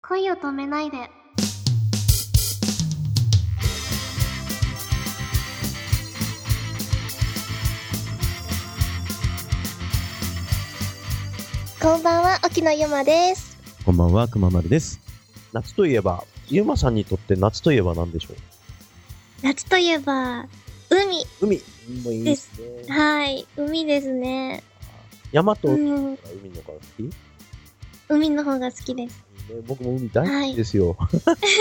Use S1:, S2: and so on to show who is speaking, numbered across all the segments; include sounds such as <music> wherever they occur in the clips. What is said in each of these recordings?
S1: 恋を止めないで。こんばんは、沖野ゆまです。
S2: こんばんは、くままるです。夏といえば、ゆうまさんにとって夏といえば何でしょ
S1: 夏といえば、海。
S2: う海もいいですね。
S1: はい、海ですね。
S2: 山と海
S1: うん、
S2: の方が好き、ね、
S1: 海の方が好きです。
S2: 僕も海大好きですよ。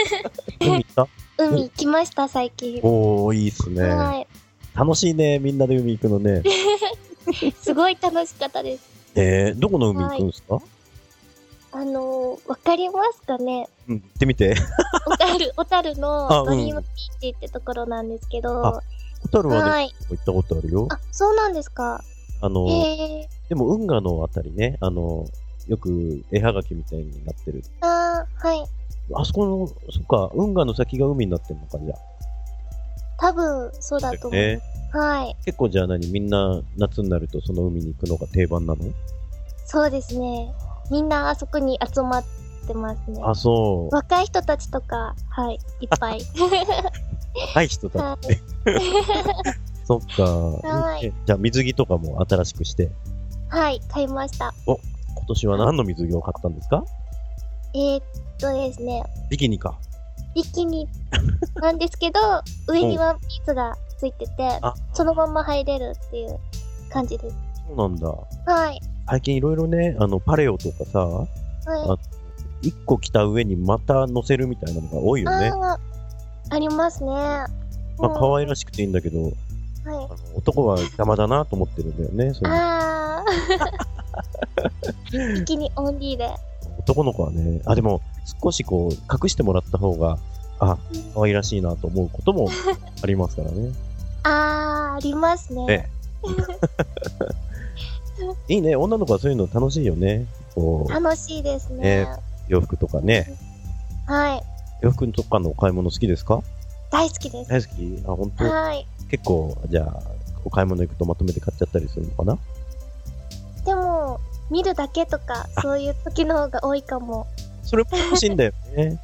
S2: <laughs> 海行った
S1: 海行きました、最近。
S2: おー、いいっすね。
S1: は
S2: 楽しいね、みんなで海行くのね。
S1: い。すごい楽しかったです。
S2: えー、どこの海行くんですか、
S1: あのー、わかりますかね
S2: うん、行って
S1: <laughs>
S2: みて。
S1: 小樽、小樽
S2: あう
S1: のド
S2: ん
S1: リームビーチってところなんですけど
S2: あ、ホタルはね、
S1: はい。
S2: 行ったことあるよ。
S1: あ、そうなんですか。
S2: あの、
S1: へえ。
S2: でも運河のあたりね、あの、よく絵はがきみたいになってる。
S1: あーはい。
S2: あそこの、そっか、運河の先が海になってるのか、じゃ
S1: 多分、そうだ
S2: あ。
S1: と思う。
S2: ね。
S1: はい。
S2: 結構じゃあ何みんな夏になるとその海に行くのが定番なの
S1: そうですね。みんなあそこに集まってますね。
S2: あ、そう。
S1: 若い人たちとか、はい、いっ
S2: <laughs>
S1: ぱい。
S2: 若い人だって。そっか。
S1: はい
S2: えじゃあ水着とかも新しくして、
S1: はい、買いました。
S2: 今年は何の水着を買ったんですか
S1: えー、っとですね、
S2: ビキニか。
S1: ビキ
S2: <laughs>
S1: ニなんですけど、上にワンピースがついてて、
S2: あ、
S1: そのまま入れるっていう感じです。
S2: そうなんだ。
S1: はい。
S2: 最近いろいろね、あの、パレオとかさ、
S1: はい。
S2: 一個着た上にまた乗せるみたいなのが多いよね。
S1: あーありますね。
S2: まあ、可
S1: い
S2: 愛らしくていいんだけど、
S1: い。はい
S2: あ。の男は邪魔だなと思ってるんだよね。その
S1: あー。ビ <laughs> キニオンリーで。
S2: 男の子はね、あ、でも、少しこう、隠してもらった方が、あ、可愛らしいなと思うこ
S1: <laughs>
S2: ともありますからね。
S1: あー、ありますね。
S2: ねいいね、女の子はそういうの楽しいよね。こう、
S1: 楽しいですね。
S2: ね洋服とかね。
S1: はい。
S2: 洋服とかのお買い物好きですか
S1: 大好きです。
S2: 大好きあ、本当
S1: はい。
S2: 結構、じゃあ、お買い物行くとまとめて買っちゃったりするのかな
S1: でも、見るだけとか、そういう時の方が多いかも。
S2: それも楽しいんだよ
S1: <laughs>
S2: ね。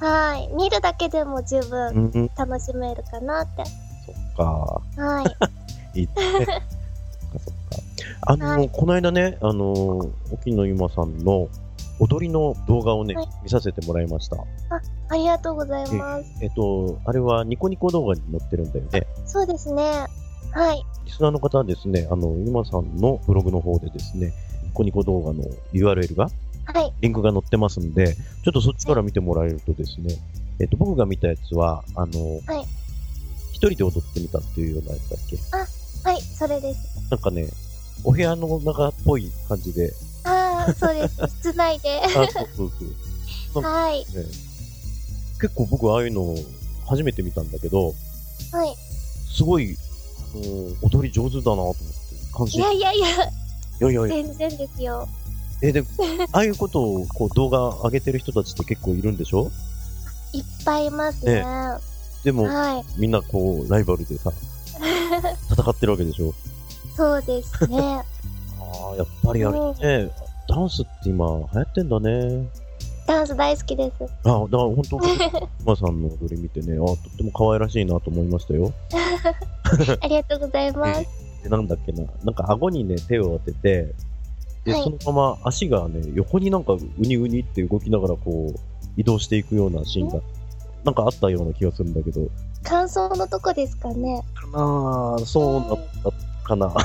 S1: はい。見るだけでも十
S2: う
S1: 分
S2: ん、そ
S1: 楽しめるかなって。
S2: っか。
S1: はい。
S2: いいね。そっかそっか。あの、
S1: はい
S2: この間ね、あの、沖野ゆまさんの踊りの動画をね、
S1: はい
S2: 見させてもらいました。
S1: ありがとうございます。
S2: えっと、あれはニコニコ動画に載ってるんだよね。
S1: そうですね。はい。
S2: リスナーの方はですね、あの、ゆまさんのブログの方でですね、ニコニコ動画の URL が、
S1: はい。
S2: リンクが載ってますんで、ちょっとそっちから見てもらえるとですね、えっと、僕が見たやつは、あの、
S1: はい
S2: 一人で踊ってみたっていうようなやつだっけ
S1: はい。それです。
S2: なんかね、お部屋の中っぽい感
S1: <laughs>
S2: じで、
S1: あー、そうです。室内で
S2: あ。そうそうそう
S1: はい。
S2: ね結構僕ああいうの初めて見たんだけど、
S1: はい。
S2: すごい、あの、踊り上手だなと思って、感
S1: い
S2: 心。
S1: やいやいや、
S2: いやいやいや
S1: 全然ですよ。
S2: えでああいうことをこう動画上げてる人たちって結構いるんでしょ
S1: いっぱいいますね。
S2: ねでも、
S1: はい。
S2: みんなこうライバルでさ戦ってるわけでしょ
S1: そうですね。
S2: <laughs> ああやっぱりあれ
S1: ね
S2: ねダンスって今流行ってんだね
S1: ダンス大好きです。
S2: ああだから本当今さんの踊り見てねあーとっても可愛らしいなと思いましたよ
S1: ありがとうございます。
S2: でなんだっけななんか顎にね手を当ててで、
S1: はい
S2: そのまま足がね横になんかウニウニって動きながらこう移動していくようなシーンがなんかあったような気がするんだけど
S1: 感想のとこですかね。
S2: かなあそうだったかな
S1: あ、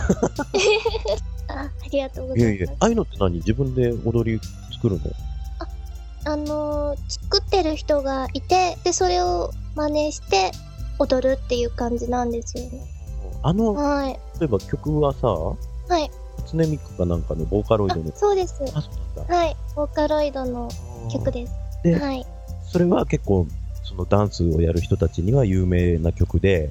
S1: ありがとうご
S2: <laughs> い
S1: ざ
S2: や
S1: い
S2: いや
S1: ます。、
S2: ああいうのって何自分で踊り作るの
S1: あのー作ってる人がいて、で、それを真似して踊るっていう感じなんですよね。
S2: あの、
S1: はい。。
S2: 例えば曲はさ、はい初音ミクかなんかのボーカロイ
S1: あ
S2: ドの、。
S1: そうです。
S2: あ、そうなんだ。
S1: はい。ボーカロイドの曲です。
S2: で
S1: はい。
S2: それは結構、そのダンスをやる人たちには有名な曲で、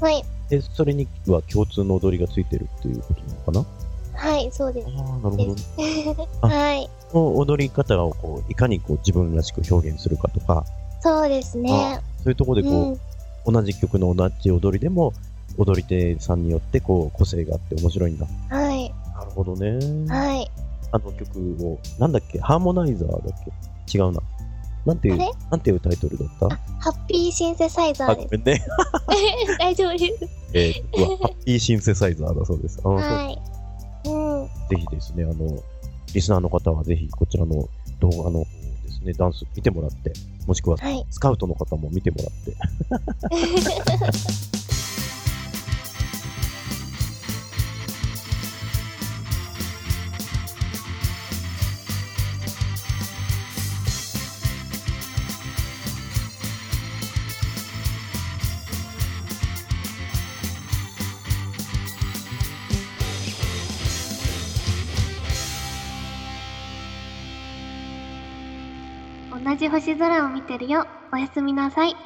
S1: はい。
S2: で、それには共通の踊りがついてるっていうことなのかな
S1: はい、そうです。
S2: ああ、なるほど、ね。
S1: <laughs>
S2: あ
S1: はい。
S2: この踊り方をこう、いかにこう自分らしく表現するかとか、
S1: そうですね。
S2: そういうところでこう、
S1: うん。
S2: 同じ曲の同じ踊りでも、踊り手さんによってこう、個性があって面白いんだ。
S1: はい。
S2: なるほどね。
S1: はい。
S2: あの曲を、なんだっけ、ハーモナイザーだっけ違うな。なんてい
S1: あ
S2: う
S1: れ、
S2: なんていうタイトルだった
S1: ハッピーシンセサイザ
S2: あ、
S1: ーで
S2: ご
S1: す。
S2: めんね。 <laughs>
S1: <laughs> 大丈夫です。
S2: えー、僕はハッピーシンセサイザーだそうです。あの
S1: はい。うん。
S2: ぜひですね、あの、リスナーの方はぜひこちらの動画の方をですね、ダンス見てもらって、もしくは
S1: はい。
S2: スカウトの方も見てもらって。
S1: <laughs> 同じ星空を見てるよ。おやすみなさい。